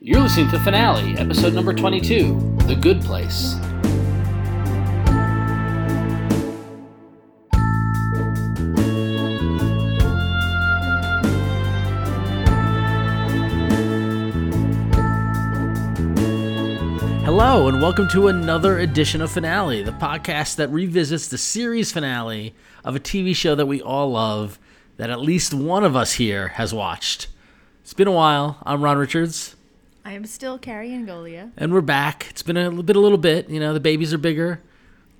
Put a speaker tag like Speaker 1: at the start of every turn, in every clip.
Speaker 1: You're listening to Finale, episode number 22 The Good Place. Hello, and welcome to another edition of Finale, the podcast that revisits the series finale of a TV show that we all love, that at least one of us here has watched. It's been a while. I'm Ron Richards,
Speaker 2: I am still Carrie Angolia.
Speaker 1: and we're back. It's been a little bit, a little bit. You know, the babies are bigger.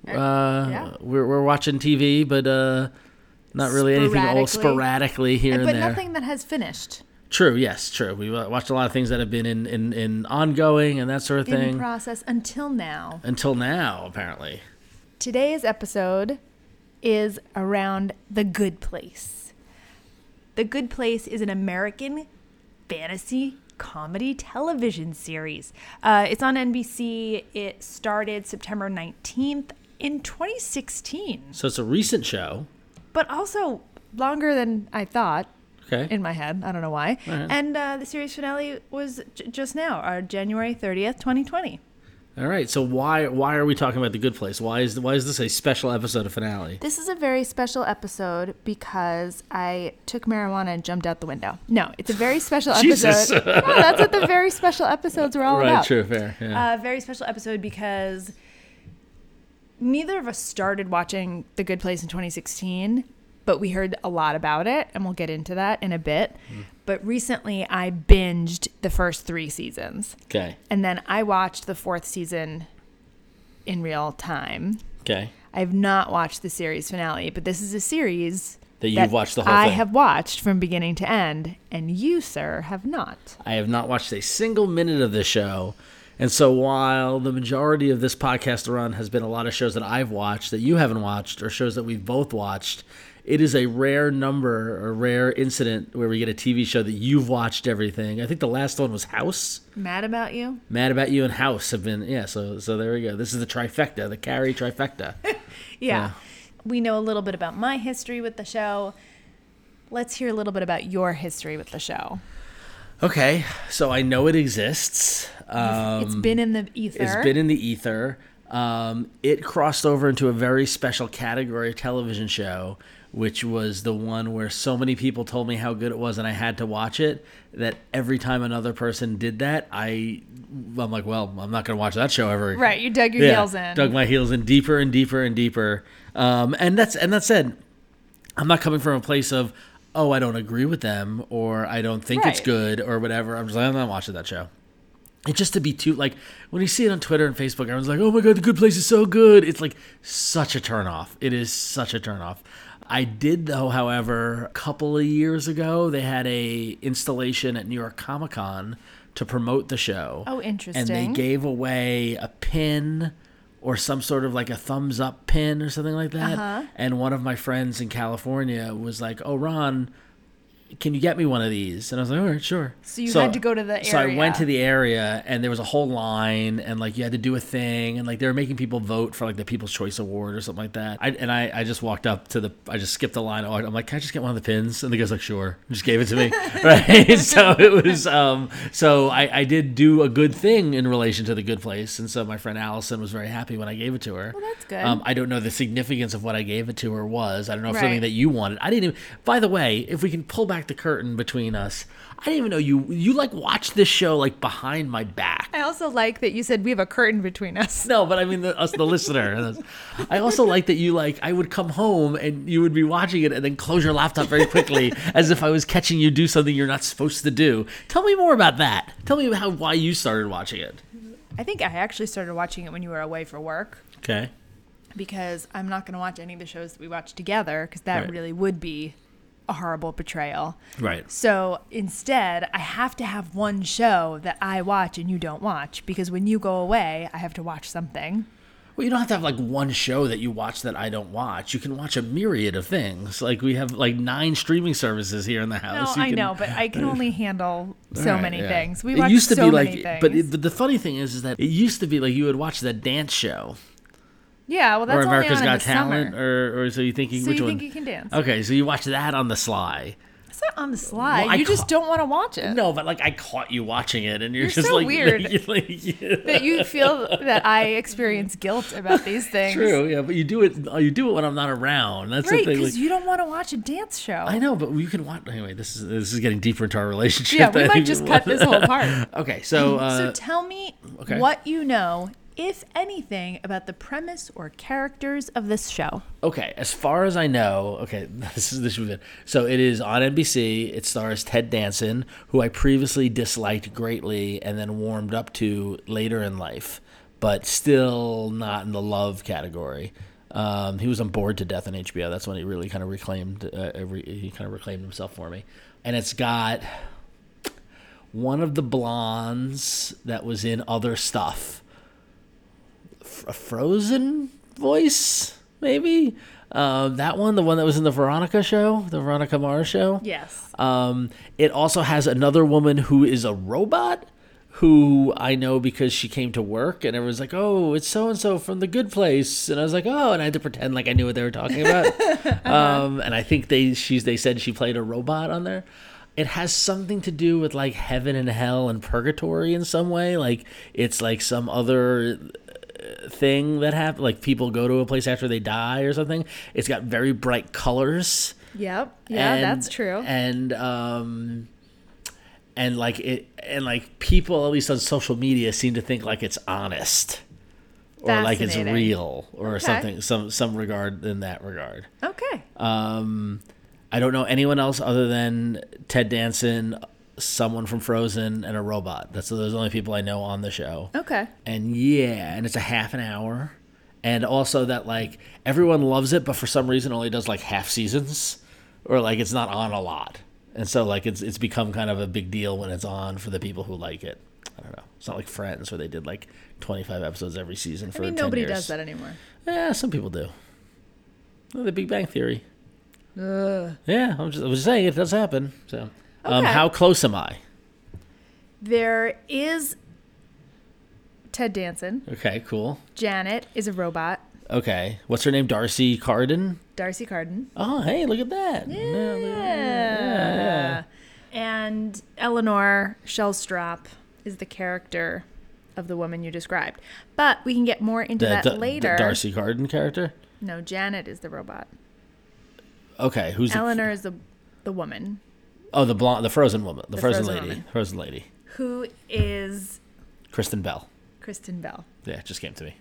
Speaker 1: Uh,
Speaker 2: yeah.
Speaker 1: we're, we're watching TV, but uh, not really anything old
Speaker 2: Sporadically.
Speaker 1: sporadically here and
Speaker 2: But
Speaker 1: there.
Speaker 2: nothing that has finished.
Speaker 1: True, yes, true. We've uh, watched a lot of things that have been in, in, in ongoing and that sort of
Speaker 2: In
Speaker 1: thing
Speaker 2: process until now.
Speaker 1: until now, apparently.
Speaker 2: Today's episode is around The Good Place. The Good Place is an American fantasy comedy television series. Uh, it's on NBC. It started September 19th in 2016,
Speaker 1: So it's a recent show.
Speaker 2: but also longer than I thought.
Speaker 1: Okay.
Speaker 2: in my head. I don't know why.
Speaker 1: Alright.
Speaker 2: And uh, the series finale was j- just now, our January 30th, 2020.
Speaker 1: All right. So why why are we talking about the Good Place? Why is why is this a special episode of finale?
Speaker 2: This is a very special episode because I took marijuana and jumped out the window. No, it's a very special
Speaker 1: Jesus.
Speaker 2: episode. no, that's what the very special episodes are all
Speaker 1: right.
Speaker 2: about.
Speaker 1: True. Fair. Yeah.
Speaker 2: A very special episode because neither of us started watching The Good Place in 2016, but we heard a lot about it, and we'll get into that in a bit.
Speaker 1: Mm.
Speaker 2: But recently, I binged the first three seasons.
Speaker 1: okay.
Speaker 2: And then I watched the fourth season in real time.
Speaker 1: Okay.
Speaker 2: I've not watched the series finale, but this is a series
Speaker 1: That you've watched the whole
Speaker 2: I
Speaker 1: thing.
Speaker 2: have watched from beginning to end, and you, sir, have not.
Speaker 1: I have not watched a single minute of this show. And so while the majority of this podcast run has been a lot of shows that I've watched that you haven't watched or shows that we've both watched, it is a rare number or rare incident where we get a TV show that you've watched everything. I think the last one was House.
Speaker 2: Mad about you?
Speaker 1: Mad About You and House have been yeah, so so there we go. This is the trifecta, the Carrie trifecta.
Speaker 2: Yeah. We know a little bit about my history with the show. Let's hear a little bit about your history with the show.
Speaker 1: okay, so I know it exists. Um,
Speaker 2: it's been in the ether.
Speaker 1: It's been in the ether. Um, it crossed over into a very special category of television show, which was the one where so many people told me how good it was, and I had to watch it. That every time another person did that, I, I'm like, well, I'm not going to watch that show ever.
Speaker 2: Right, you dug your heels in.
Speaker 1: Dug my heels in deeper and deeper and deeper. Um, and that's and that said, I'm not coming from a place of, oh, I don't agree with them or I don't think it's
Speaker 2: Right.
Speaker 1: good or whatever. I'm just like, I'm not watching that show. It's just to be too like when you see it on Twitter and Facebook, everyone's like, "Oh my god, the Good Place is so good." It's like such a turnoff. It is such a turnoff. I did though, however, a couple of years ago, they had a installation at New York Comic Con to promote the show.
Speaker 2: Oh,
Speaker 1: And they
Speaker 2: interesting.
Speaker 1: gave away a pin or some sort of like a thumbs up pin or something like that.
Speaker 2: Uh-huh.
Speaker 1: And one of my friends in California was like, "Oh, Ron." Can you get me one of these? And I was like, all right, sure.
Speaker 2: So you had to go to the
Speaker 1: So I
Speaker 2: area.
Speaker 1: went to the area and there was a whole line and like you had to do a thing and like they were making people vote for like the People's Choice Award or something like that. I, and I, I just walked up to the I just skipped the line. I walked- I'm like, can I just get one of the pins? And the guy's like, sure. And just gave it to me. right. So it was um so I, I did do a good thing in relation to the good place. And so my friend Allison was very happy when I gave it to her. Well
Speaker 2: that's good.
Speaker 1: Um, I don't know the significance of what I gave it to her was. I don't know if something
Speaker 2: Right.
Speaker 1: that you wanted. I didn't even. By the way, if we can pull back the curtain between us, I didn't even know you. You like watched this show like behind my back.
Speaker 2: I also like that you said we have a curtain between us.
Speaker 1: No, but I mean the, us, the listener. I also like that you like. I would come home and you would be watching it, and then close your laptop very quickly, as if I was catching you do something you're not supposed to do. Tell me more about that. Tell me how why you started watching it.
Speaker 2: I think I actually started watching it when you were away for work.
Speaker 1: Okay.
Speaker 2: because I'm not going to watch any of the shows that we watched together because that
Speaker 1: Right.
Speaker 2: really would be a horrible betrayal.
Speaker 1: Right.
Speaker 2: So instead, I have to have one show that I watch and you don't watch because when you go away, I have to watch something.
Speaker 1: Well, you don't have to have like one show that you watch that I don't watch. You can watch a myriad of things. Like we have like nine streaming services here in the
Speaker 2: No,
Speaker 1: house. You
Speaker 2: I
Speaker 1: can-
Speaker 2: know, but I can only handle so
Speaker 1: Right,
Speaker 2: many
Speaker 1: yeah.
Speaker 2: things. We
Speaker 1: It
Speaker 2: watched
Speaker 1: used to
Speaker 2: so
Speaker 1: be
Speaker 2: many
Speaker 1: like,
Speaker 2: things.
Speaker 1: but it, but the funny thing is, is that it used to be like you would watch that dance show
Speaker 2: yeah, well,
Speaker 1: or
Speaker 2: that's
Speaker 1: America's
Speaker 2: only on in
Speaker 1: Got
Speaker 2: the
Speaker 1: Talent,
Speaker 2: summer.
Speaker 1: or or so you thinking
Speaker 2: So
Speaker 1: which
Speaker 2: you
Speaker 1: one?
Speaker 2: think you can dance?
Speaker 1: Okay, so you watch that on the sly.
Speaker 2: not on the slide.
Speaker 1: Well, I
Speaker 2: you just
Speaker 1: caught-
Speaker 2: don't want to watch it.
Speaker 1: No, but like I caught you watching it, and you're,
Speaker 2: You're
Speaker 1: just
Speaker 2: so
Speaker 1: like
Speaker 2: weird.
Speaker 1: you're like, yeah.
Speaker 2: That you feel that I experience guilt about these things.
Speaker 1: True, yeah, but you do it. You do it when I'm not around. That's the
Speaker 2: Right,
Speaker 1: thing.
Speaker 2: because
Speaker 1: like-
Speaker 2: you don't want to watch a dance show.
Speaker 1: I know, but you can watch anyway. This is this is getting deeper into our relationship.
Speaker 2: yeah, we
Speaker 1: than I
Speaker 2: might
Speaker 1: even
Speaker 2: just
Speaker 1: want.
Speaker 2: cut this whole part.
Speaker 1: Okay, so, uh,
Speaker 2: so tell me
Speaker 1: okay.
Speaker 2: what you know, if anything, about the premise or characters of this show.
Speaker 1: okay, as far as I know, okay, this is this was it. So it is on NBC. It stars Ted Danson, who I previously disliked greatly, and then warmed up to later in life, but still not in the love category. Um, he was on board to death on HBO. That's when he really kind of reclaimed. Uh, re- he kind of reclaimed himself for me, and it's got. one of the blondes that was in other stuff. F- a frozen voice, maybe? Um, that one, the one that was in the Veronica show, the Veronica Mars show.
Speaker 2: Yes.
Speaker 1: Um, it also has another woman who is a robot who I know because she came to work and everyone's like, oh, it's so and so from the good place. And I was like, oh, and I had to pretend like I knew what they were talking about. um, and I think they she's they said she played a robot on there. It has something to do with like heaven and hell and purgatory in some way. Like it's like some other uh, thing that happened. Like people go to a place after they die or something. It's got very bright colors
Speaker 2: Yep. Yeah,
Speaker 1: and-
Speaker 2: that's true.
Speaker 1: And um, and like it, and like people at least on social media seem to think like it's honest or like it's
Speaker 2: Fascinating.
Speaker 1: real or
Speaker 2: Okay.
Speaker 1: something, some some regard in that regard.
Speaker 2: okay.
Speaker 1: Um, I don't know anyone else other than Ted Danson, someone from Frozen, and a robot. That's those are the only people I know on the show
Speaker 2: okay.
Speaker 1: and yeah, and it's a half an hour, and also that like everyone loves it, but for some reason only does like half seasons, or like it's not on a lot, and so like it's it's become kind of a big deal when it's on for the people who like it. I don't know. It's not like Friends where they did like twenty five episodes every season
Speaker 2: I
Speaker 1: for.
Speaker 2: mean,
Speaker 1: 10
Speaker 2: nobody
Speaker 1: years.
Speaker 2: does that anymore.
Speaker 1: Yeah, some people do. Well, the Big Bang Theory.
Speaker 2: Ugh.
Speaker 1: Yeah, I'm just I was just saying it does happen. So, um,
Speaker 2: Okay.
Speaker 1: how close am I?
Speaker 2: There is Ted Danson.
Speaker 1: Okay, cool.
Speaker 2: Janet is a robot.
Speaker 1: Okay, what's her name? Darcy Carden.
Speaker 2: Darcy Carden.
Speaker 1: Oh, hey, look at that. Yeah. look at that.
Speaker 2: Yeah. And Eleanor Shellstrop is the character of the woman you described. But we can get more into
Speaker 1: the,
Speaker 2: that
Speaker 1: Da-
Speaker 2: later.
Speaker 1: the Darcy Garden character.
Speaker 2: No, Janet is the robot.
Speaker 1: Okay, who's the-
Speaker 2: Eleanor is the the woman
Speaker 1: oh, the blonde, the frozen woman, the, frozen,
Speaker 2: frozen
Speaker 1: lady,
Speaker 2: woman.
Speaker 1: frozen lady,
Speaker 2: who is
Speaker 1: Kristen Bell.
Speaker 2: Kristen Bell.
Speaker 1: Yeah, it just came to me.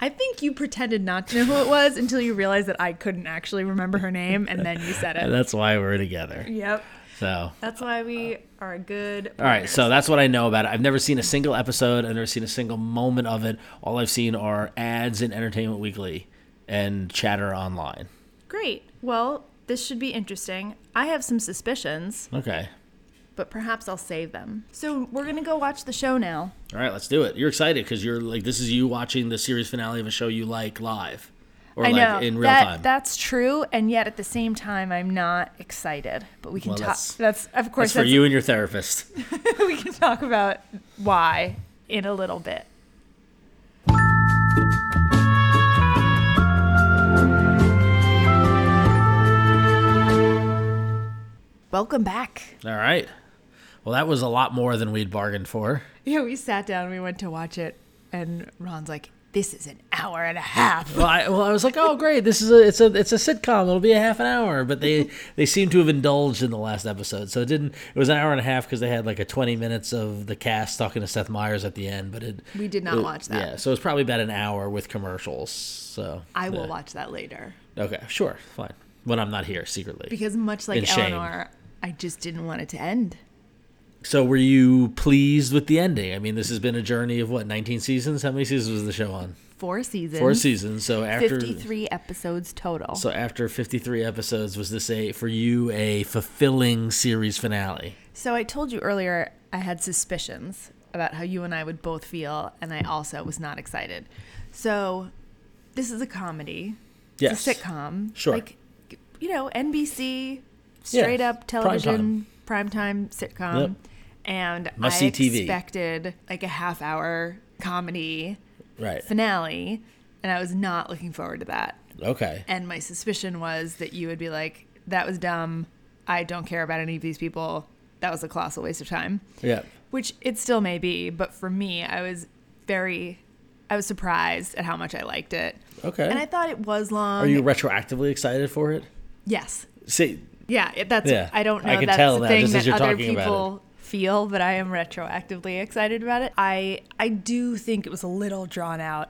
Speaker 2: I think you pretended not to know who it was until you realized that I couldn't actually remember her name and then you said
Speaker 1: And
Speaker 2: it.
Speaker 1: that's why we're together.
Speaker 2: Yep.
Speaker 1: So,
Speaker 2: That's why we are good.
Speaker 1: all right. So that's what I know about it. I've never seen a single episode. I've never seen a single moment of it. All I've seen are ads in Entertainment Weekly and chatter online.
Speaker 2: Great. Well, this should be interesting. I have some suspicions.
Speaker 1: Okay.
Speaker 2: but perhaps I'll save them. So we're gonna go watch the show now.
Speaker 1: All right, let's do it. You're excited because you're like this is you watching the series finale of a show you like live, or
Speaker 2: I
Speaker 1: like
Speaker 2: know
Speaker 1: in real
Speaker 2: that
Speaker 1: time.
Speaker 2: that's true, and yet at the same time, I'm not excited. But we can
Speaker 1: Well,
Speaker 2: talk.
Speaker 1: that's-
Speaker 2: That's, of course
Speaker 1: that's for
Speaker 2: that's-
Speaker 1: you and your therapist.
Speaker 2: we can talk about why in a little bit. Welcome back.
Speaker 1: All right. Well, that was a lot more than we'd bargained for.
Speaker 2: Yeah, we sat down, we went to watch it, and Ron's like, "This is an hour and a half."
Speaker 1: Well, I, well, I was like, oh, great, this is a it's a it's a sitcom. It'll be a half an hour, but they they seem to have indulged in the last episode, so it didn't. It was an hour and a half because they had like a twenty minutes of the cast talking to Seth Meyers at the end, but it
Speaker 2: We did not
Speaker 1: it-
Speaker 2: watch that.
Speaker 1: Yeah, so it was probably about an hour with commercials. So
Speaker 2: I will
Speaker 1: yeah.
Speaker 2: watch that later
Speaker 1: Okay, sure, fine. When I'm not here secretly.
Speaker 2: because much
Speaker 1: In
Speaker 2: like
Speaker 1: shame.
Speaker 2: Eleanor, I just didn't want it to end.
Speaker 1: so, were you pleased with the ending? I mean, this has been a journey of what, 19 seasons? How many seasons was the show on?
Speaker 2: Four seasons,
Speaker 1: Four seasons. So after
Speaker 2: fifty-three episodes total.
Speaker 1: So after 53 episodes, was this a for you a fulfilling series finale?
Speaker 2: so I told you earlier I had suspicions about how you and I would both feel, and I also was not excited. So this is a comedy. It's a
Speaker 1: Yes.
Speaker 2: sitcom.
Speaker 1: Sure.
Speaker 2: Like you know, NBC, straight up
Speaker 1: prime
Speaker 2: television,
Speaker 1: time.
Speaker 2: primetime sitcom.
Speaker 1: Yep.
Speaker 2: And
Speaker 1: Must see
Speaker 2: I
Speaker 1: TV.
Speaker 2: expected like a half hour comedy
Speaker 1: Right.
Speaker 2: finale, and I was not looking forward to that.
Speaker 1: Okay.
Speaker 2: And my suspicion was that you would be like, that was dumb. I don't care about any of these people. That was a colossal waste of time.
Speaker 1: Yeah.
Speaker 2: Which it still may be, but for me, I was very, I was surprised at how much I liked it.
Speaker 1: Okay.
Speaker 2: And I thought it was long.
Speaker 1: Are you retroactively excited for it?
Speaker 2: Yes.
Speaker 1: See,
Speaker 2: Yeah, it- that's,
Speaker 1: Yeah.
Speaker 2: I don't know.
Speaker 1: I can
Speaker 2: that's
Speaker 1: tell
Speaker 2: the
Speaker 1: now,
Speaker 2: thing
Speaker 1: just as
Speaker 2: that
Speaker 1: you're
Speaker 2: other
Speaker 1: talking about it.
Speaker 2: people feel, but I am retroactively excited about it. I, I do think it was a little drawn out,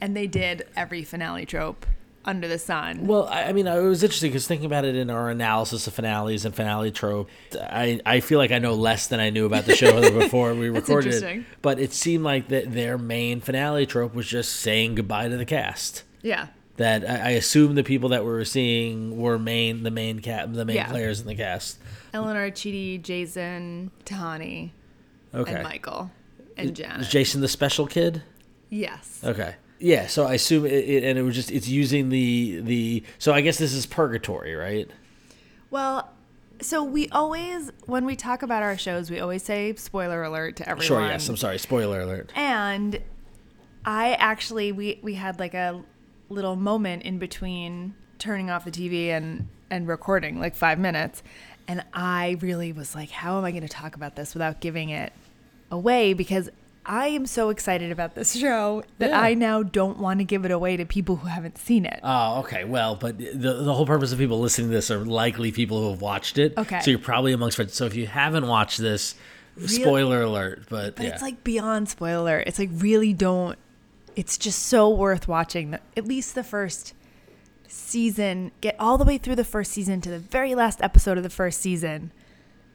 Speaker 2: and they did every finale trope under the sun.
Speaker 1: well, I, I mean, I- it was interesting because thinking about it in our analysis of finales and finale trope, I, I feel like I know less than I knew about the show before we recorded. it.
Speaker 2: interesting.
Speaker 1: But it seemed like that their main finale trope was just saying goodbye to the cast.
Speaker 2: Yeah.
Speaker 1: That I, I assume the people that we were seeing were main the main cat the main
Speaker 2: Yeah.
Speaker 1: players in the cast.
Speaker 2: Eleanor, Chidi, Jason, Tahani,
Speaker 1: Okay.
Speaker 2: and Michael, and Janet.
Speaker 1: Is Jason the special kid?
Speaker 2: yes.
Speaker 1: Okay. Yeah, so I assume it, it and it was just it's using the the so I guess this is purgatory, right?
Speaker 2: Well, so we always, when we talk about our shows, we always say spoiler alert to everyone.
Speaker 1: Sure, yes. I'm sorry. Spoiler alert.
Speaker 2: And I actually we we had like a little moment in between turning off the TV and and recording, like 5 minutes, and I really was like how am I going to talk about this without giving it away because I am so excited about this show that
Speaker 1: Yeah.
Speaker 2: I now don't want to give it away to people who haven't seen it.
Speaker 1: Oh, okay. Well, but the the whole purpose of people listening to this are likely people who have watched it.
Speaker 2: Okay.
Speaker 1: So you're probably amongst friends. So if you haven't watched this, spoiler alert. But,
Speaker 2: But
Speaker 1: yeah.
Speaker 2: it's like beyond spoiler. It's like really don't. It's just so worth watching. the- At least the first season. Get all the way through the first season to the very last episode of the first season,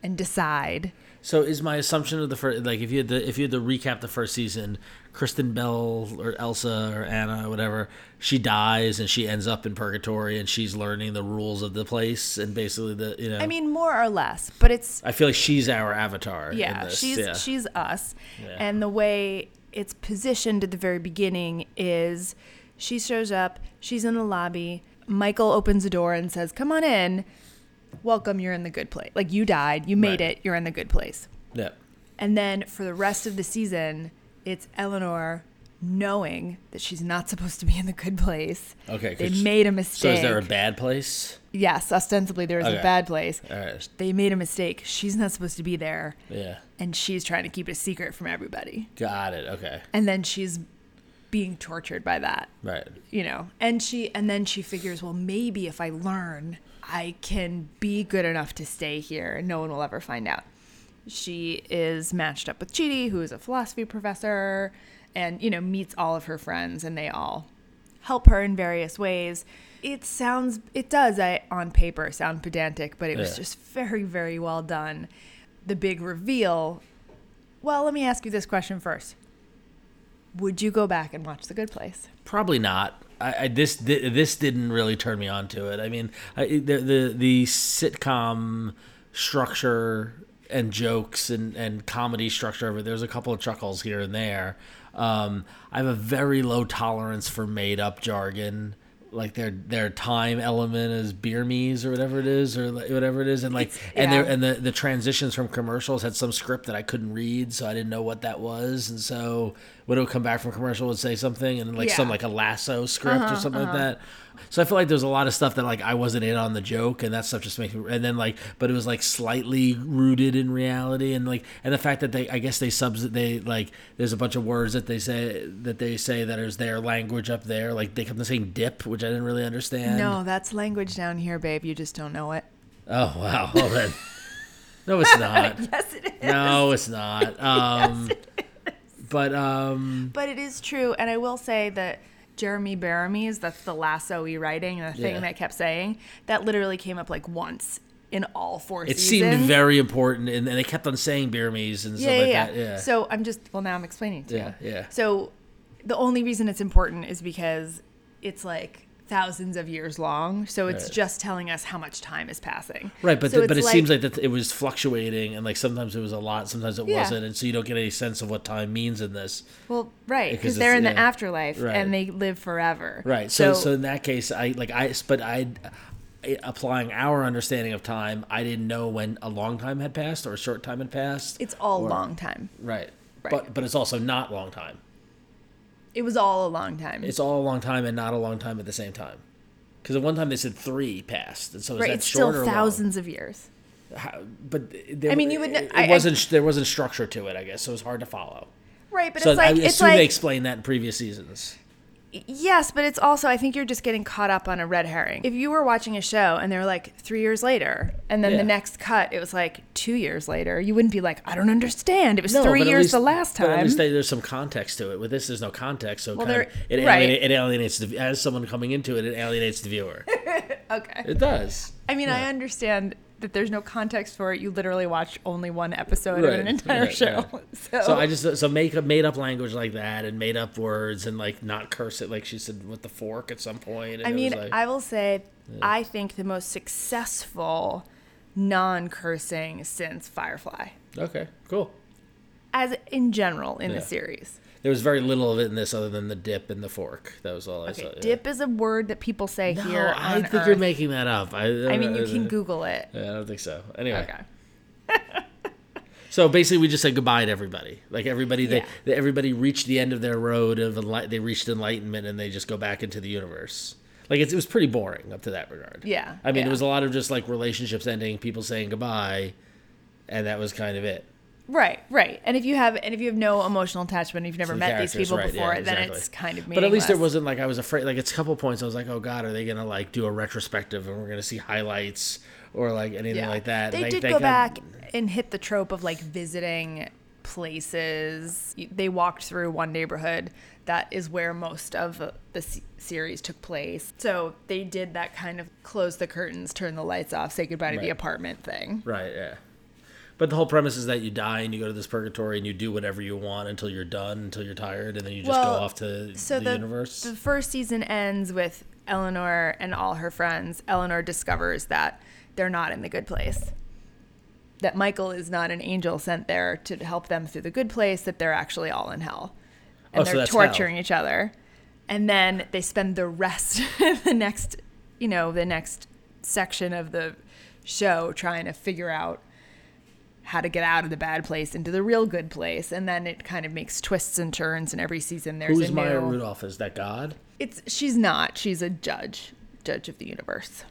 Speaker 2: and decide.
Speaker 1: so is my assumption of the first like if you had to if you had to recap the first season, Kristen Bell or Elsa or Anna or whatever, she dies and she ends up in purgatory and she's learning the rules of the place and basically the you know
Speaker 2: I mean, more or less, but it's
Speaker 1: I feel like she's our avatar. in
Speaker 2: yeah.
Speaker 1: this,
Speaker 2: She's
Speaker 1: yeah.
Speaker 2: she's us,
Speaker 1: Yeah.
Speaker 2: and the way it's positioned at the very beginning is she shows up. She's in the lobby. Michael opens the door and says, "Come on in." Welcome, you're in the good place. Like you died, you made
Speaker 1: Right.
Speaker 2: it, you're in the good place.
Speaker 1: yeah.
Speaker 2: And then for the rest of the season, it's Eleanor knowing that she's not supposed to be in the good place.
Speaker 1: Okay. 'cause-
Speaker 2: They made a
Speaker 1: so
Speaker 2: mistake.
Speaker 1: is there a bad place?
Speaker 2: yes, ostensibly there was
Speaker 1: Okay.
Speaker 2: a bad place.
Speaker 1: All right.
Speaker 2: They made a mistake. She's not supposed to be there.
Speaker 1: Yeah.
Speaker 2: And she's trying to keep it a secret from everybody.
Speaker 1: Got it. Okay.
Speaker 2: And then she's being tortured by that,
Speaker 1: Right.
Speaker 2: you know. And she and then she figures, well, maybe if I learn, I can be good enough to stay here and no one will ever find out. she is matched up with Chidi, who is a philosophy professor, and you know meets all of her friends, and they all help her in various ways. It sounds, it does, I on paper sound pedantic, but it was
Speaker 1: Yeah.
Speaker 2: just very, very well done. The big reveal. Well, let me ask you this question first: Would you go back and watch The Good Place?
Speaker 1: Probably not. I, I this thi- this didn't really turn me on to it. I mean, I, the the the sitcom structure and jokes and and comedy structure of it. There's a couple of chuckles here and there. Um, I have a very low tolerance for made up jargon. Like their their time element is beer me's or whatever it is or like, whatever it is and like and
Speaker 2: yeah.
Speaker 1: their and the the transitions from commercials had some script that I couldn't read so I didn't know what that was and so when it would come back from commercial it would say something and then, like some
Speaker 2: Yeah.
Speaker 1: like a lasso script or something like that. So I feel like there's a lot of stuff that like I wasn't in on the joke, and that stuff just makes me. And then like, but it was like slightly rooted in reality, and like, and the fact that they, I guess they subs, they like, there's a bunch of words that they say that they say that is their language up there. Like they come to saying dip, which I didn't really understand.
Speaker 2: no, that's language down here, babe. You just don't know it.
Speaker 1: Oh wow. Well then. No, it's not.
Speaker 2: Yes, it is.
Speaker 1: No, it's not. Um, But um,
Speaker 2: But it is true, and I will say that Jeremy Baramies, that's the lasso-y writing, the thing
Speaker 1: Yeah.
Speaker 2: that I kept saying, that literally came up like once in all four
Speaker 1: it
Speaker 2: seasons.
Speaker 1: seemed very important, and, and they kept on saying Burmese and stuff
Speaker 2: yeah, yeah,
Speaker 1: like
Speaker 2: yeah.
Speaker 1: that. Yeah.
Speaker 2: So I'm just well now I'm explaining it to
Speaker 1: Yeah,
Speaker 2: you.
Speaker 1: yeah.
Speaker 2: So the only reason it's important is because it's like thousands of years long, so it's
Speaker 1: Right.
Speaker 2: just telling us how much time is passing.
Speaker 1: Right, but
Speaker 2: So
Speaker 1: th- but it
Speaker 2: it's
Speaker 1: seems like that it was fluctuating, and like sometimes it was a lot, sometimes it
Speaker 2: Yeah.
Speaker 1: wasn't, and so you don't get any sense of what time means in this.
Speaker 2: well, right,
Speaker 1: Because
Speaker 2: because
Speaker 1: it's-
Speaker 2: they're in the
Speaker 1: yeah.
Speaker 2: afterlife
Speaker 1: Right.
Speaker 2: and they live forever.
Speaker 1: Right. So, so in that case, I like I but I, I- applying our understanding of time, I didn't know when a long time had passed or a short time had passed.
Speaker 2: it's all long time.
Speaker 1: right.
Speaker 2: Right.
Speaker 1: But but it's also not long time.
Speaker 2: It was all a long time.
Speaker 1: It's all a long time and not a long time at the same time. Because at one time they said three passed, and so is
Speaker 2: right,
Speaker 1: that
Speaker 2: it's
Speaker 1: short
Speaker 2: still
Speaker 1: or long?
Speaker 2: thousands of years.
Speaker 1: how, but there,
Speaker 2: I mean, you would kn-
Speaker 1: It, it
Speaker 2: I- I-
Speaker 1: wasn't. there wasn't structure to it, I guess, so it was hard to follow.
Speaker 2: Right, but
Speaker 1: So
Speaker 2: it's like
Speaker 1: I
Speaker 2: it's
Speaker 1: assume
Speaker 2: like
Speaker 1: they explained that in previous seasons.
Speaker 2: Yes, but it's also I think you're just getting caught up on a red herring. If you were watching a show and they were like three years later, and then
Speaker 1: Yeah.
Speaker 2: the next cut it was like two years later, you wouldn't be like, I don't understand. It was
Speaker 1: No,
Speaker 2: three
Speaker 1: but at
Speaker 2: years
Speaker 1: least-
Speaker 2: the last
Speaker 1: But at
Speaker 2: time.
Speaker 1: least they- there's some context to it. With this, there's no context, so
Speaker 2: Well,
Speaker 1: kind of, it,
Speaker 2: there-
Speaker 1: aliena- it
Speaker 2: right.
Speaker 1: alienates the as someone coming into it, it alienates the viewer.
Speaker 2: okay.
Speaker 1: it does.
Speaker 2: I mean, I understand that there's no context for it. You literally watched only one episode of
Speaker 1: Right,
Speaker 2: an entire
Speaker 1: right,
Speaker 2: show.
Speaker 1: right.
Speaker 2: So,
Speaker 1: So I just so make up made up language like that and made up words and like not curse it like she said with the fork at some point. And
Speaker 2: I
Speaker 1: it
Speaker 2: mean,
Speaker 1: was like,
Speaker 2: I will say, I think the most successful non-cursing since Firefly,
Speaker 1: okay, cool.
Speaker 2: as in general in the
Speaker 1: Yeah.
Speaker 2: series.
Speaker 1: There was very little of it in this other than the dip and the fork. That was all I
Speaker 2: Okay,
Speaker 1: saw. yeah.
Speaker 2: dip is a word that people say
Speaker 1: No,
Speaker 2: here.
Speaker 1: I
Speaker 2: on
Speaker 1: think you're
Speaker 2: Earth.
Speaker 1: making that up. I, uh,
Speaker 2: I mean, you can Google it.
Speaker 1: Yeah, I don't think so. Anyway,
Speaker 2: Okay.
Speaker 1: so basically, we just said goodbye to everybody. Like everybody, they,
Speaker 2: Yeah.
Speaker 1: they everybody reached the end of their road of enli- they reached enlightenment, and they just go back into the universe. Like it's, it was pretty boring up to that regard.
Speaker 2: Yeah,
Speaker 1: I mean,
Speaker 2: yeah.
Speaker 1: it was a lot of just like relationships ending, people saying goodbye, and that was kind of it.
Speaker 2: Right, right. And if you have and if you have no emotional attachment, you've never
Speaker 1: the
Speaker 2: met these
Speaker 1: characters,
Speaker 2: people
Speaker 1: right, yeah,
Speaker 2: before, then
Speaker 1: exactly.
Speaker 2: it's kind of meaningless.
Speaker 1: But at least there wasn't like I was afraid. Like it's a couple points I was like, oh god, are they gonna like do a retrospective and we're gonna see highlights or like anything like that?
Speaker 2: They
Speaker 1: And
Speaker 2: did go back and hit the trope of like visiting places. You- They walked through one neighborhood that is where most of the- the se- series took place. So they did that kind of close the curtains, turn the lights off, say goodbye to the
Speaker 1: Right.
Speaker 2: apartment thing.
Speaker 1: Right. Yeah. But the whole premise is that you die and you go to this purgatory and you do whatever you want until you're done, until you're tired, and then you just
Speaker 2: Well,
Speaker 1: go off to
Speaker 2: so
Speaker 1: the,
Speaker 2: the,
Speaker 1: universe.
Speaker 2: the first season ends with Eleanor and all her friends. Eleanor discovers that they're not in the good place. That Michael is not an angel sent there to help them through the good place, that they're actually all in hell. And
Speaker 1: Oh, so
Speaker 2: they're
Speaker 1: that's hell.
Speaker 2: torturing each other. And then they spend the rest the next, you know, the next section of the show trying to figure out how to get out of the bad place into the real good place. And then it kind of makes twists and turns and every season there's
Speaker 1: Who's
Speaker 2: a
Speaker 1: Maya
Speaker 2: new
Speaker 1: Rudolph? Is that God?
Speaker 2: it's she's not. She's a judge, judge of the universe.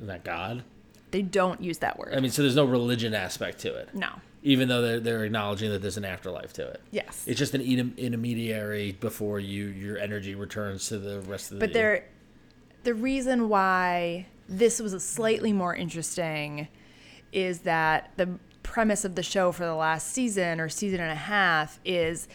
Speaker 1: Is that God?
Speaker 2: They don't use that word.
Speaker 1: I mean, so there's no religion aspect to it,
Speaker 2: no.
Speaker 1: even though they're, they're acknowledging that there's an afterlife to it.
Speaker 2: Yes.
Speaker 1: It's just an inter- intermediary before you your energy returns to the rest of the.
Speaker 2: but there the reason why this was a slightly more interesting is that the premise of the show for the last season or season and a half is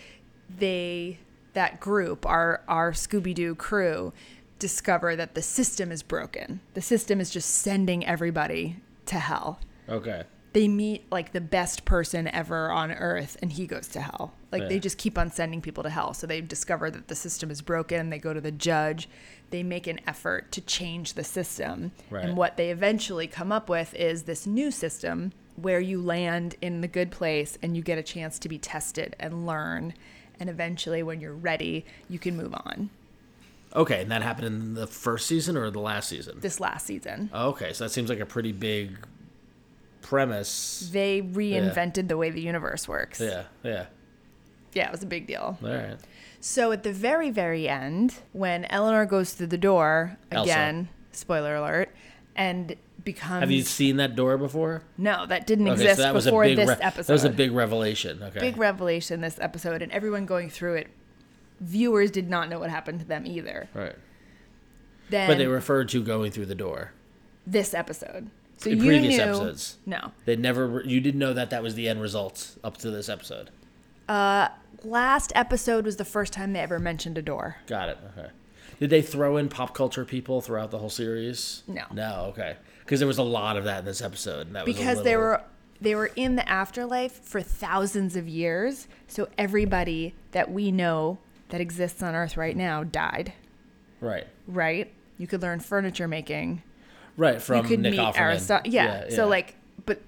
Speaker 2: they that group our our Scooby-Doo crew discover that the system is broken. The system is just sending everybody to hell.
Speaker 1: Okay.
Speaker 2: they meet like the best person ever on earth and he goes to hell like they
Speaker 1: Yeah.
Speaker 2: just keep on sending people to hell so they discover that the system is broken they go to the judge they make an effort to change the system
Speaker 1: Right.
Speaker 2: and what they eventually come up with is this new system where you land in the good place and you get a chance to be tested and learn and eventually when you're ready you can move on
Speaker 1: Okay, and that happened in the first season or the last season?
Speaker 2: this last season
Speaker 1: Okay, so that seems like a pretty big premise.
Speaker 2: they reinvented the way the universe works
Speaker 1: Yeah, yeah.
Speaker 2: yeah it was a big deal
Speaker 1: All right.
Speaker 2: So at the very, very end, when Eleanor goes through the door
Speaker 1: Elsa.
Speaker 2: again, spoiler alert, and becomes
Speaker 1: Have you seen that door before?
Speaker 2: no, that didn't
Speaker 1: Okay,
Speaker 2: exist
Speaker 1: so that was a
Speaker 2: before
Speaker 1: big
Speaker 2: this
Speaker 1: re-
Speaker 2: episode.
Speaker 1: that was a big revelation. Okay,
Speaker 2: Big revelation this episode, and everyone going through it. Viewers did not know what happened to them either.
Speaker 1: right?
Speaker 2: Then
Speaker 1: But they referred to going through the door.
Speaker 2: this episode. So
Speaker 1: In
Speaker 2: you
Speaker 1: previous
Speaker 2: knew
Speaker 1: episodes.
Speaker 2: no
Speaker 1: They never. You didn't know that that was the end result up to this episode.
Speaker 2: last episode was the first time they ever mentioned a door.
Speaker 1: Got it. Okay. Did they throw in pop culture people throughout the whole series?
Speaker 2: No.
Speaker 1: No. Okay. Because there was a lot of that in this episode. And that was a
Speaker 2: because they
Speaker 1: little-
Speaker 2: were they were in the afterlife for thousands of years so everybody that we know that exists on earth right now died
Speaker 1: right.
Speaker 2: right you could learn furniture making
Speaker 1: Right from
Speaker 2: you could
Speaker 1: Mm, Nick
Speaker 2: meet
Speaker 1: Offerman.
Speaker 2: aristotle yeah,
Speaker 1: yeah.
Speaker 2: so like but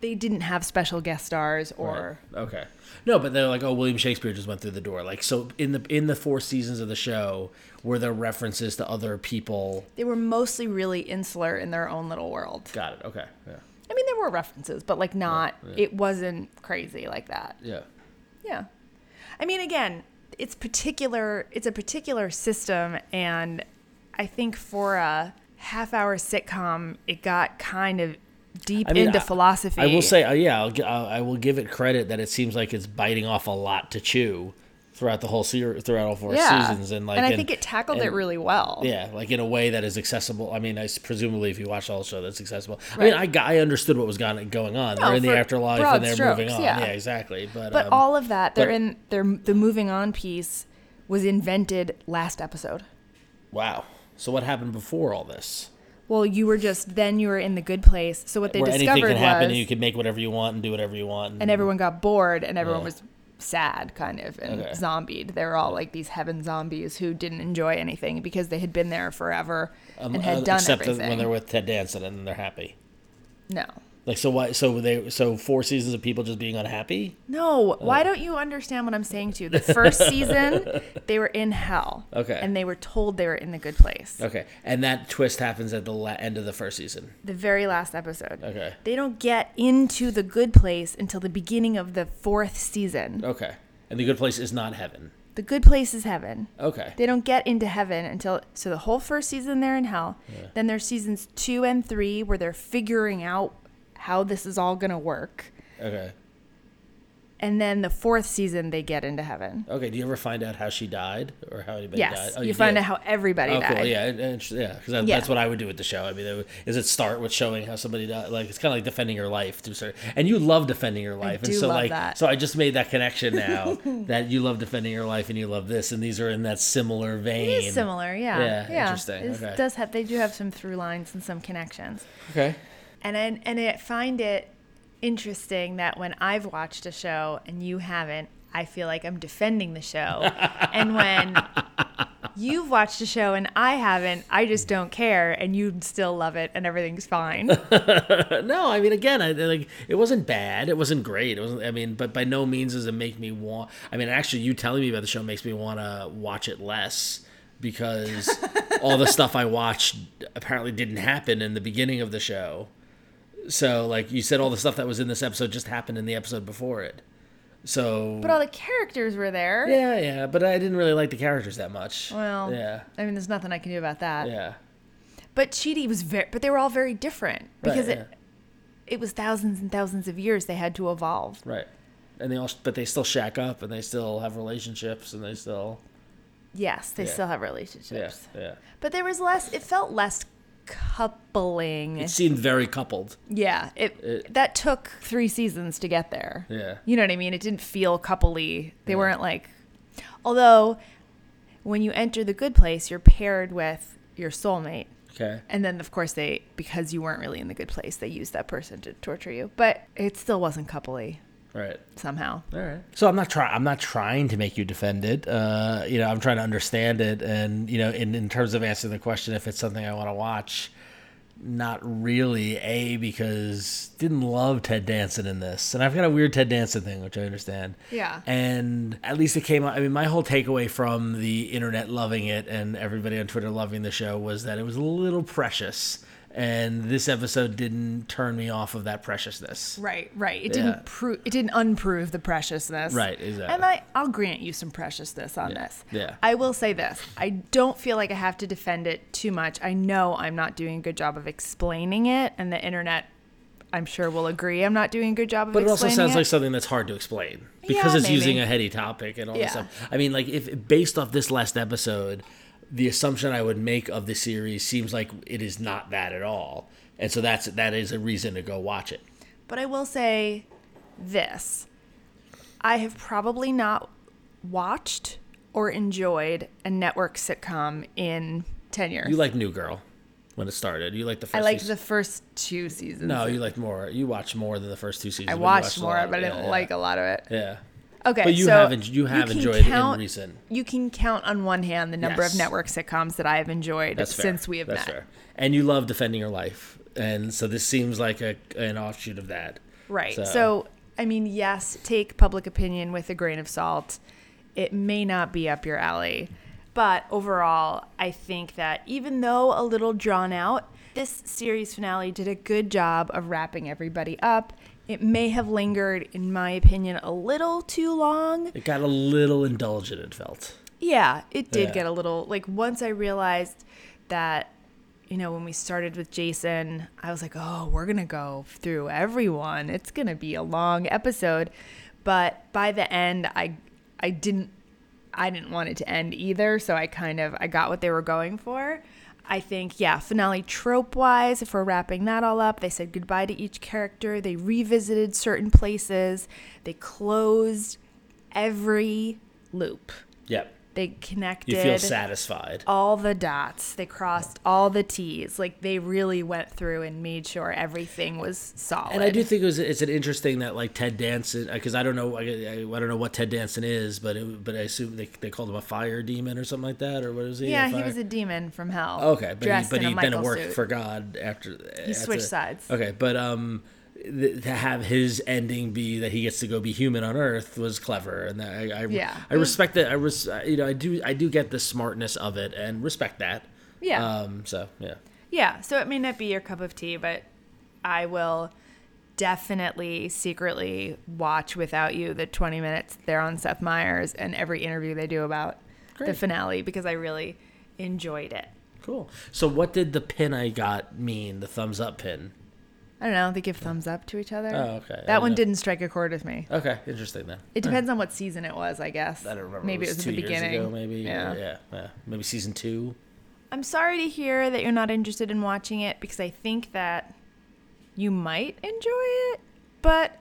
Speaker 2: they didn't have special guest stars or
Speaker 1: Right. okay no but they're like oh william shakespeare just went through the door like so in the in the four seasons of the show were there references to other people
Speaker 2: they were mostly really insular in their own little world
Speaker 1: got it okay yeah
Speaker 2: i mean there were references but like not it wasn't crazy like that
Speaker 1: yeah
Speaker 2: Yeah. I mean, again, it's particular. It's a particular system, and I think for a half-hour sitcom, it got kind of deep
Speaker 1: I mean,
Speaker 2: into
Speaker 1: I-
Speaker 2: philosophy.
Speaker 1: I will say, uh, yeah, I'll, gi- I'll, I will give it credit that it seems like it's biting off a lot to chew throughout the whole series, throughout all four
Speaker 2: yeah.
Speaker 1: seasons, and like,
Speaker 2: I think it tackled it
Speaker 1: and-
Speaker 2: really well.
Speaker 1: yeah, like in a way that is accessible. I mean, I s- presumably if you watch the whole show, that's accessible. I mean,
Speaker 2: Right.
Speaker 1: I, got- I understood what was going going on.
Speaker 2: No,
Speaker 1: they're in the
Speaker 2: for
Speaker 1: afterlife
Speaker 2: broad
Speaker 1: and they're moving
Speaker 2: strokes,
Speaker 1: on.
Speaker 2: yeah.
Speaker 1: Yeah, exactly. But,
Speaker 2: But
Speaker 1: um,
Speaker 2: all of that, they're
Speaker 1: but-
Speaker 2: in their the moving on piece was invented last episode.
Speaker 1: wow. So what happened before all this?
Speaker 2: Well, you were just then you were in the good place. So what they
Speaker 1: Where anything
Speaker 2: discovered
Speaker 1: can happen, and
Speaker 2: was,
Speaker 1: you can make whatever you want and do whatever you want.
Speaker 2: and everyone got bored, and everyone
Speaker 1: Yeah.
Speaker 2: was sad, kind of, and
Speaker 1: Okay.
Speaker 2: zombied. They were all like these heaven zombies who didn't enjoy anything because they had been there forever
Speaker 1: um,
Speaker 2: and had
Speaker 1: uh,
Speaker 2: done
Speaker 1: except
Speaker 2: everything.
Speaker 1: when they're with Ted Danson and then they're happy.
Speaker 2: no,
Speaker 1: Like so, why? So they so four seasons of people just being unhappy.
Speaker 2: no.
Speaker 1: Oh.
Speaker 2: Why don't you understand what I'm saying to you? The first season, they were in hell.
Speaker 1: Okay.
Speaker 2: And they were told they were in the good place.
Speaker 1: Okay, and that twist happens at the la- end of the first season.
Speaker 2: the very last episode.
Speaker 1: Okay.
Speaker 2: They don't get into the good place until the beginning of the fourth season.
Speaker 1: Okay, and the good place is not heaven.
Speaker 2: The good place is heaven.
Speaker 1: Okay,
Speaker 2: They don't get into heaven until so the whole first season they're in hell. Then there's seasons 2 and 3 where they're figuring out how this is all going to work.
Speaker 1: okay,
Speaker 2: And then the fourth season they get into heaven.
Speaker 1: okay. Do you ever find out how she died or how anybody died?
Speaker 2: Yes.
Speaker 1: Oh,
Speaker 2: you, find
Speaker 1: did?
Speaker 2: out how everybody
Speaker 1: Oh,
Speaker 2: died.
Speaker 1: cool. Yeah, and- and- yeah. Because
Speaker 2: Yeah.
Speaker 1: that's what I would do with the show. I mean, they would- is it start with showing how somebody died? Like it's kind of like defending your life to a certain. And you love defending your life,
Speaker 2: do
Speaker 1: and so
Speaker 2: love
Speaker 1: like
Speaker 2: that.
Speaker 1: so I just made that connection now that you love defending your life and you love this, and these are in that similar vein.
Speaker 2: It is similar, yeah.
Speaker 1: Yeah, interesting.
Speaker 2: It
Speaker 1: Okay.
Speaker 2: does have they do have some through lines and some connections.
Speaker 1: Okay.
Speaker 2: And I, and I find it interesting that when I've watched a show and you haven't, I feel like I'm defending the show. and when you've watched a show and I haven't, I just don't care and you still love it and everything's fine.
Speaker 1: No, I mean, again, I, like it wasn't bad. It wasn't great. It wasn't. I mean, but by no means does it make me want. I mean, actually, you telling me about the show makes me want to watch it less because all the stuff I watched apparently didn't happen in the beginning of the show. So, like you said, all the stuff that was in this episode just happened in the episode before it. So,
Speaker 2: but all the characters were there.
Speaker 1: yeah, yeah, but I didn't really like the characters that much.
Speaker 2: Well,
Speaker 1: yeah,
Speaker 2: I mean, there's nothing I can do about that.
Speaker 1: yeah,
Speaker 2: But Chidi was very, but they were all very different because
Speaker 1: right,
Speaker 2: it, it was thousands and thousands of years they had to evolve.
Speaker 1: yeah, right. And they all, but they still shack up, and they still have relationships, and they still,
Speaker 2: Yes, they
Speaker 1: Yeah.
Speaker 2: still have relationships.
Speaker 1: yeah, yeah.
Speaker 2: But there was less. It felt less coupling.
Speaker 1: It seemed very coupled.
Speaker 2: yeah, it, that took three seasons to get there.
Speaker 1: Yeah.
Speaker 2: you know what I mean. It didn't feel coupley. They weren't like, although, when you enter the good place, you're paired with your soulmate,
Speaker 1: Okay.
Speaker 2: and then of course they because you weren't really in the good place, they used that person to torture you. But it still wasn't coupley
Speaker 1: Right.
Speaker 2: somehow.
Speaker 1: All right. So I'm not trying. I'm not trying to make you defend it. Uh, you know, I'm trying to understand it, and you know, in in terms of answering the question, if it's something I want to watch, not really. A because didn't love Ted Danson in this, and I've got a weird Ted Danson thing, which I understand.
Speaker 2: Yeah.
Speaker 1: And at least it came out. I mean, my whole takeaway from the internet loving it and everybody on Twitter loving the show was that it was a little precious, and this episode didn't turn me off of that preciousness.
Speaker 2: Right, right. It
Speaker 1: Yeah.
Speaker 2: didn't prove it didn't unprove the preciousness.
Speaker 1: Right, exactly.
Speaker 2: And I I'll grant you some preciousness on this.
Speaker 1: yeah.
Speaker 2: I will say this. I don't feel like I have to defend it too much. I know I'm not doing a good job of explaining it and the internet I'm sure will agree I'm not doing a good job of
Speaker 1: But it also
Speaker 2: explaining
Speaker 1: sounds
Speaker 2: it.
Speaker 1: like something that's hard to explain because
Speaker 2: Yeah,
Speaker 1: it's using
Speaker 2: maybe.
Speaker 1: a heady topic and all
Speaker 2: Yeah.
Speaker 1: this stuff. I mean, like if based off this last episode, the assumption I would make of the series seems like it is not that at all, and so that's that is a reason to go watch it.
Speaker 2: But I will say this I have probably not watched or enjoyed a network sitcom in 10 years.
Speaker 1: You like New Girl when it started. You like the first.
Speaker 2: I liked
Speaker 1: two-
Speaker 2: the first two seasons.
Speaker 1: No, you liked more. You watched more than the first two seasons.
Speaker 2: I
Speaker 1: but you
Speaker 2: watched
Speaker 1: a
Speaker 2: more,
Speaker 1: lot.
Speaker 2: but I
Speaker 1: Yeah,
Speaker 2: didn't
Speaker 1: yeah,
Speaker 2: like a lot of it.
Speaker 1: Yeah.
Speaker 2: Okay,
Speaker 1: But you
Speaker 2: so
Speaker 1: have en- you have
Speaker 2: can
Speaker 1: enjoyed it in
Speaker 2: count-
Speaker 1: recent-
Speaker 2: You can count on one hand the number
Speaker 1: Yes.
Speaker 2: of network sitcoms that I have enjoyed
Speaker 1: That's fair.
Speaker 2: since we have
Speaker 1: That's
Speaker 2: met.
Speaker 1: fair. And you love defending your life, and so this seems like a an offshoot of that.
Speaker 2: Right.
Speaker 1: So-
Speaker 2: So. I mean, yes, take public opinion with a grain of salt. It may not be up your alley. But overall, I think that even though a little drawn out, this series finale did a good job of wrapping everybody up. It may have lingered, in my opinion, a little too long.
Speaker 1: It got a little indulgent. It felt.
Speaker 2: Yeah, it did
Speaker 1: Yeah.
Speaker 2: get a little like once I realized that you know, when we started with Jason, I was like, oh, we're going to go through everyone. It's going to be a long episode. But by the end, I I didn't I didn't want it to end either, so I kind of I got what they were going for. I think yeah, finale trope wise, if we're wrapping that all up, they said goodbye to each character, they revisited certain places, they closed every loop.
Speaker 1: Yep.
Speaker 2: They connected
Speaker 1: You feel satisfied.
Speaker 2: all the dots. They crossed all the T's. Like they really went through and made sure everything was solid.
Speaker 1: And I do think it was it's an interesting that like Ted Danson because I don't know I, I, I don't know what Ted Danson is but it, but I assume they, they called him a fire demon or something like that or what was he?
Speaker 2: yeah, he
Speaker 1: fire-
Speaker 2: was a demon from hell.
Speaker 1: okay, but he,
Speaker 2: dressed
Speaker 1: but
Speaker 2: in a
Speaker 1: he been to
Speaker 2: Michael
Speaker 1: work
Speaker 2: suit.
Speaker 1: for God after he
Speaker 2: switched sides.
Speaker 1: Okay, but um th- to have his ending be that he gets to go be human on Earth was clever, and that I I,
Speaker 2: Yeah.
Speaker 1: I respect that I res, you know I do I do get the smartness of it and respect that.
Speaker 2: Yeah.
Speaker 1: Um. So yeah.
Speaker 2: Yeah, so it may not be your cup of tea, but I will definitely secretly watch without you the 20 minutes they're on Seth Meyers and every interview they do about the
Speaker 1: Great.
Speaker 2: finale because I really enjoyed it.
Speaker 1: Cool. So what did the pin I got mean? The thumbs up pin.
Speaker 2: I don't know, they give thumbs up to each other.
Speaker 1: Oh, okay. I
Speaker 2: That one
Speaker 1: know.
Speaker 2: didn't strike a chord with me.
Speaker 1: Okay, interesting then.
Speaker 2: It depends on what season it was, I guess.
Speaker 1: I don't remember.
Speaker 2: Maybe it was,
Speaker 1: two
Speaker 2: at the
Speaker 1: years
Speaker 2: beginning.
Speaker 1: ago, maybe. Yeah. yeah, yeah. Maybe season two.
Speaker 2: I'm sorry to hear that you're not interested in watching it because I think that you might enjoy it, but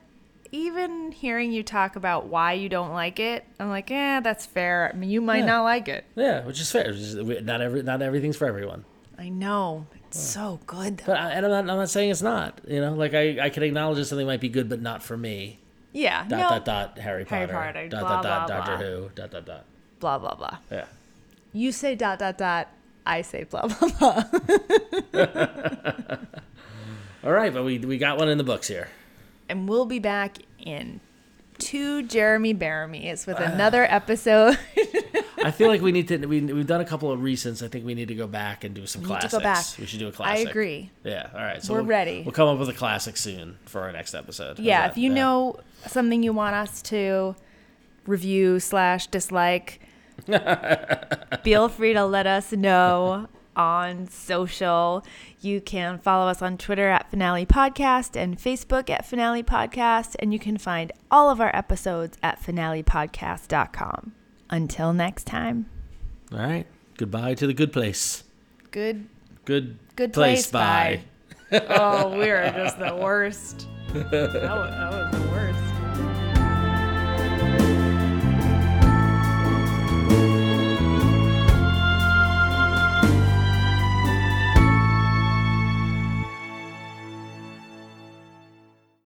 Speaker 2: even hearing you talk about why you don't like it, I'm like, eh, that's fair. I mean, you might
Speaker 1: Yeah.
Speaker 2: not like it.
Speaker 1: Yeah, which is fair. It's just- we- Not every, not everything's for everyone.
Speaker 2: I know. It's so good, though.
Speaker 1: But I, and I'm not, I'm not saying it's not. You know, like I, I can acknowledge that something might be good, but not for me.
Speaker 2: Yeah.
Speaker 1: Dot
Speaker 2: no.
Speaker 1: dot dot. Harry
Speaker 2: Harry
Speaker 1: Potter.
Speaker 2: Potter,
Speaker 1: Dot
Speaker 2: blah,
Speaker 1: dot dot.
Speaker 2: blah,
Speaker 1: Doctor
Speaker 2: blah.
Speaker 1: Who. Dot dot dot.
Speaker 2: Blah, blah, blah.
Speaker 1: Yeah.
Speaker 2: You say dot, dot, dot. I say blah, blah, blah.
Speaker 1: All right, but we we got one in the books here.
Speaker 2: And we'll be back in two Jeremy Baramies
Speaker 1: Ah.
Speaker 2: with another episode.
Speaker 1: I feel like we need to. We we've done a couple of recents. I think we need to go back and do some
Speaker 2: We need to
Speaker 1: classics.
Speaker 2: go back.
Speaker 1: We should do a
Speaker 2: I
Speaker 1: classic.
Speaker 2: agree.
Speaker 1: Yeah. All right. So
Speaker 2: We're
Speaker 1: we'll-
Speaker 2: ready.
Speaker 1: We'll come up with a classic soon for our next episode. How's
Speaker 2: yeah
Speaker 1: that?
Speaker 2: if you know something you want us to review slash dislike feel free to let us know on social you can follow us on twitter at finale podcast and facebook at finale podcast and you can find all of our episodes at finalepodcast.com until next time
Speaker 1: All right. Goodbye to the good place.
Speaker 2: good
Speaker 1: Good.
Speaker 2: good
Speaker 1: place.
Speaker 2: place,
Speaker 1: bye.
Speaker 2: bye. oh we are just the worst that was, that was the worst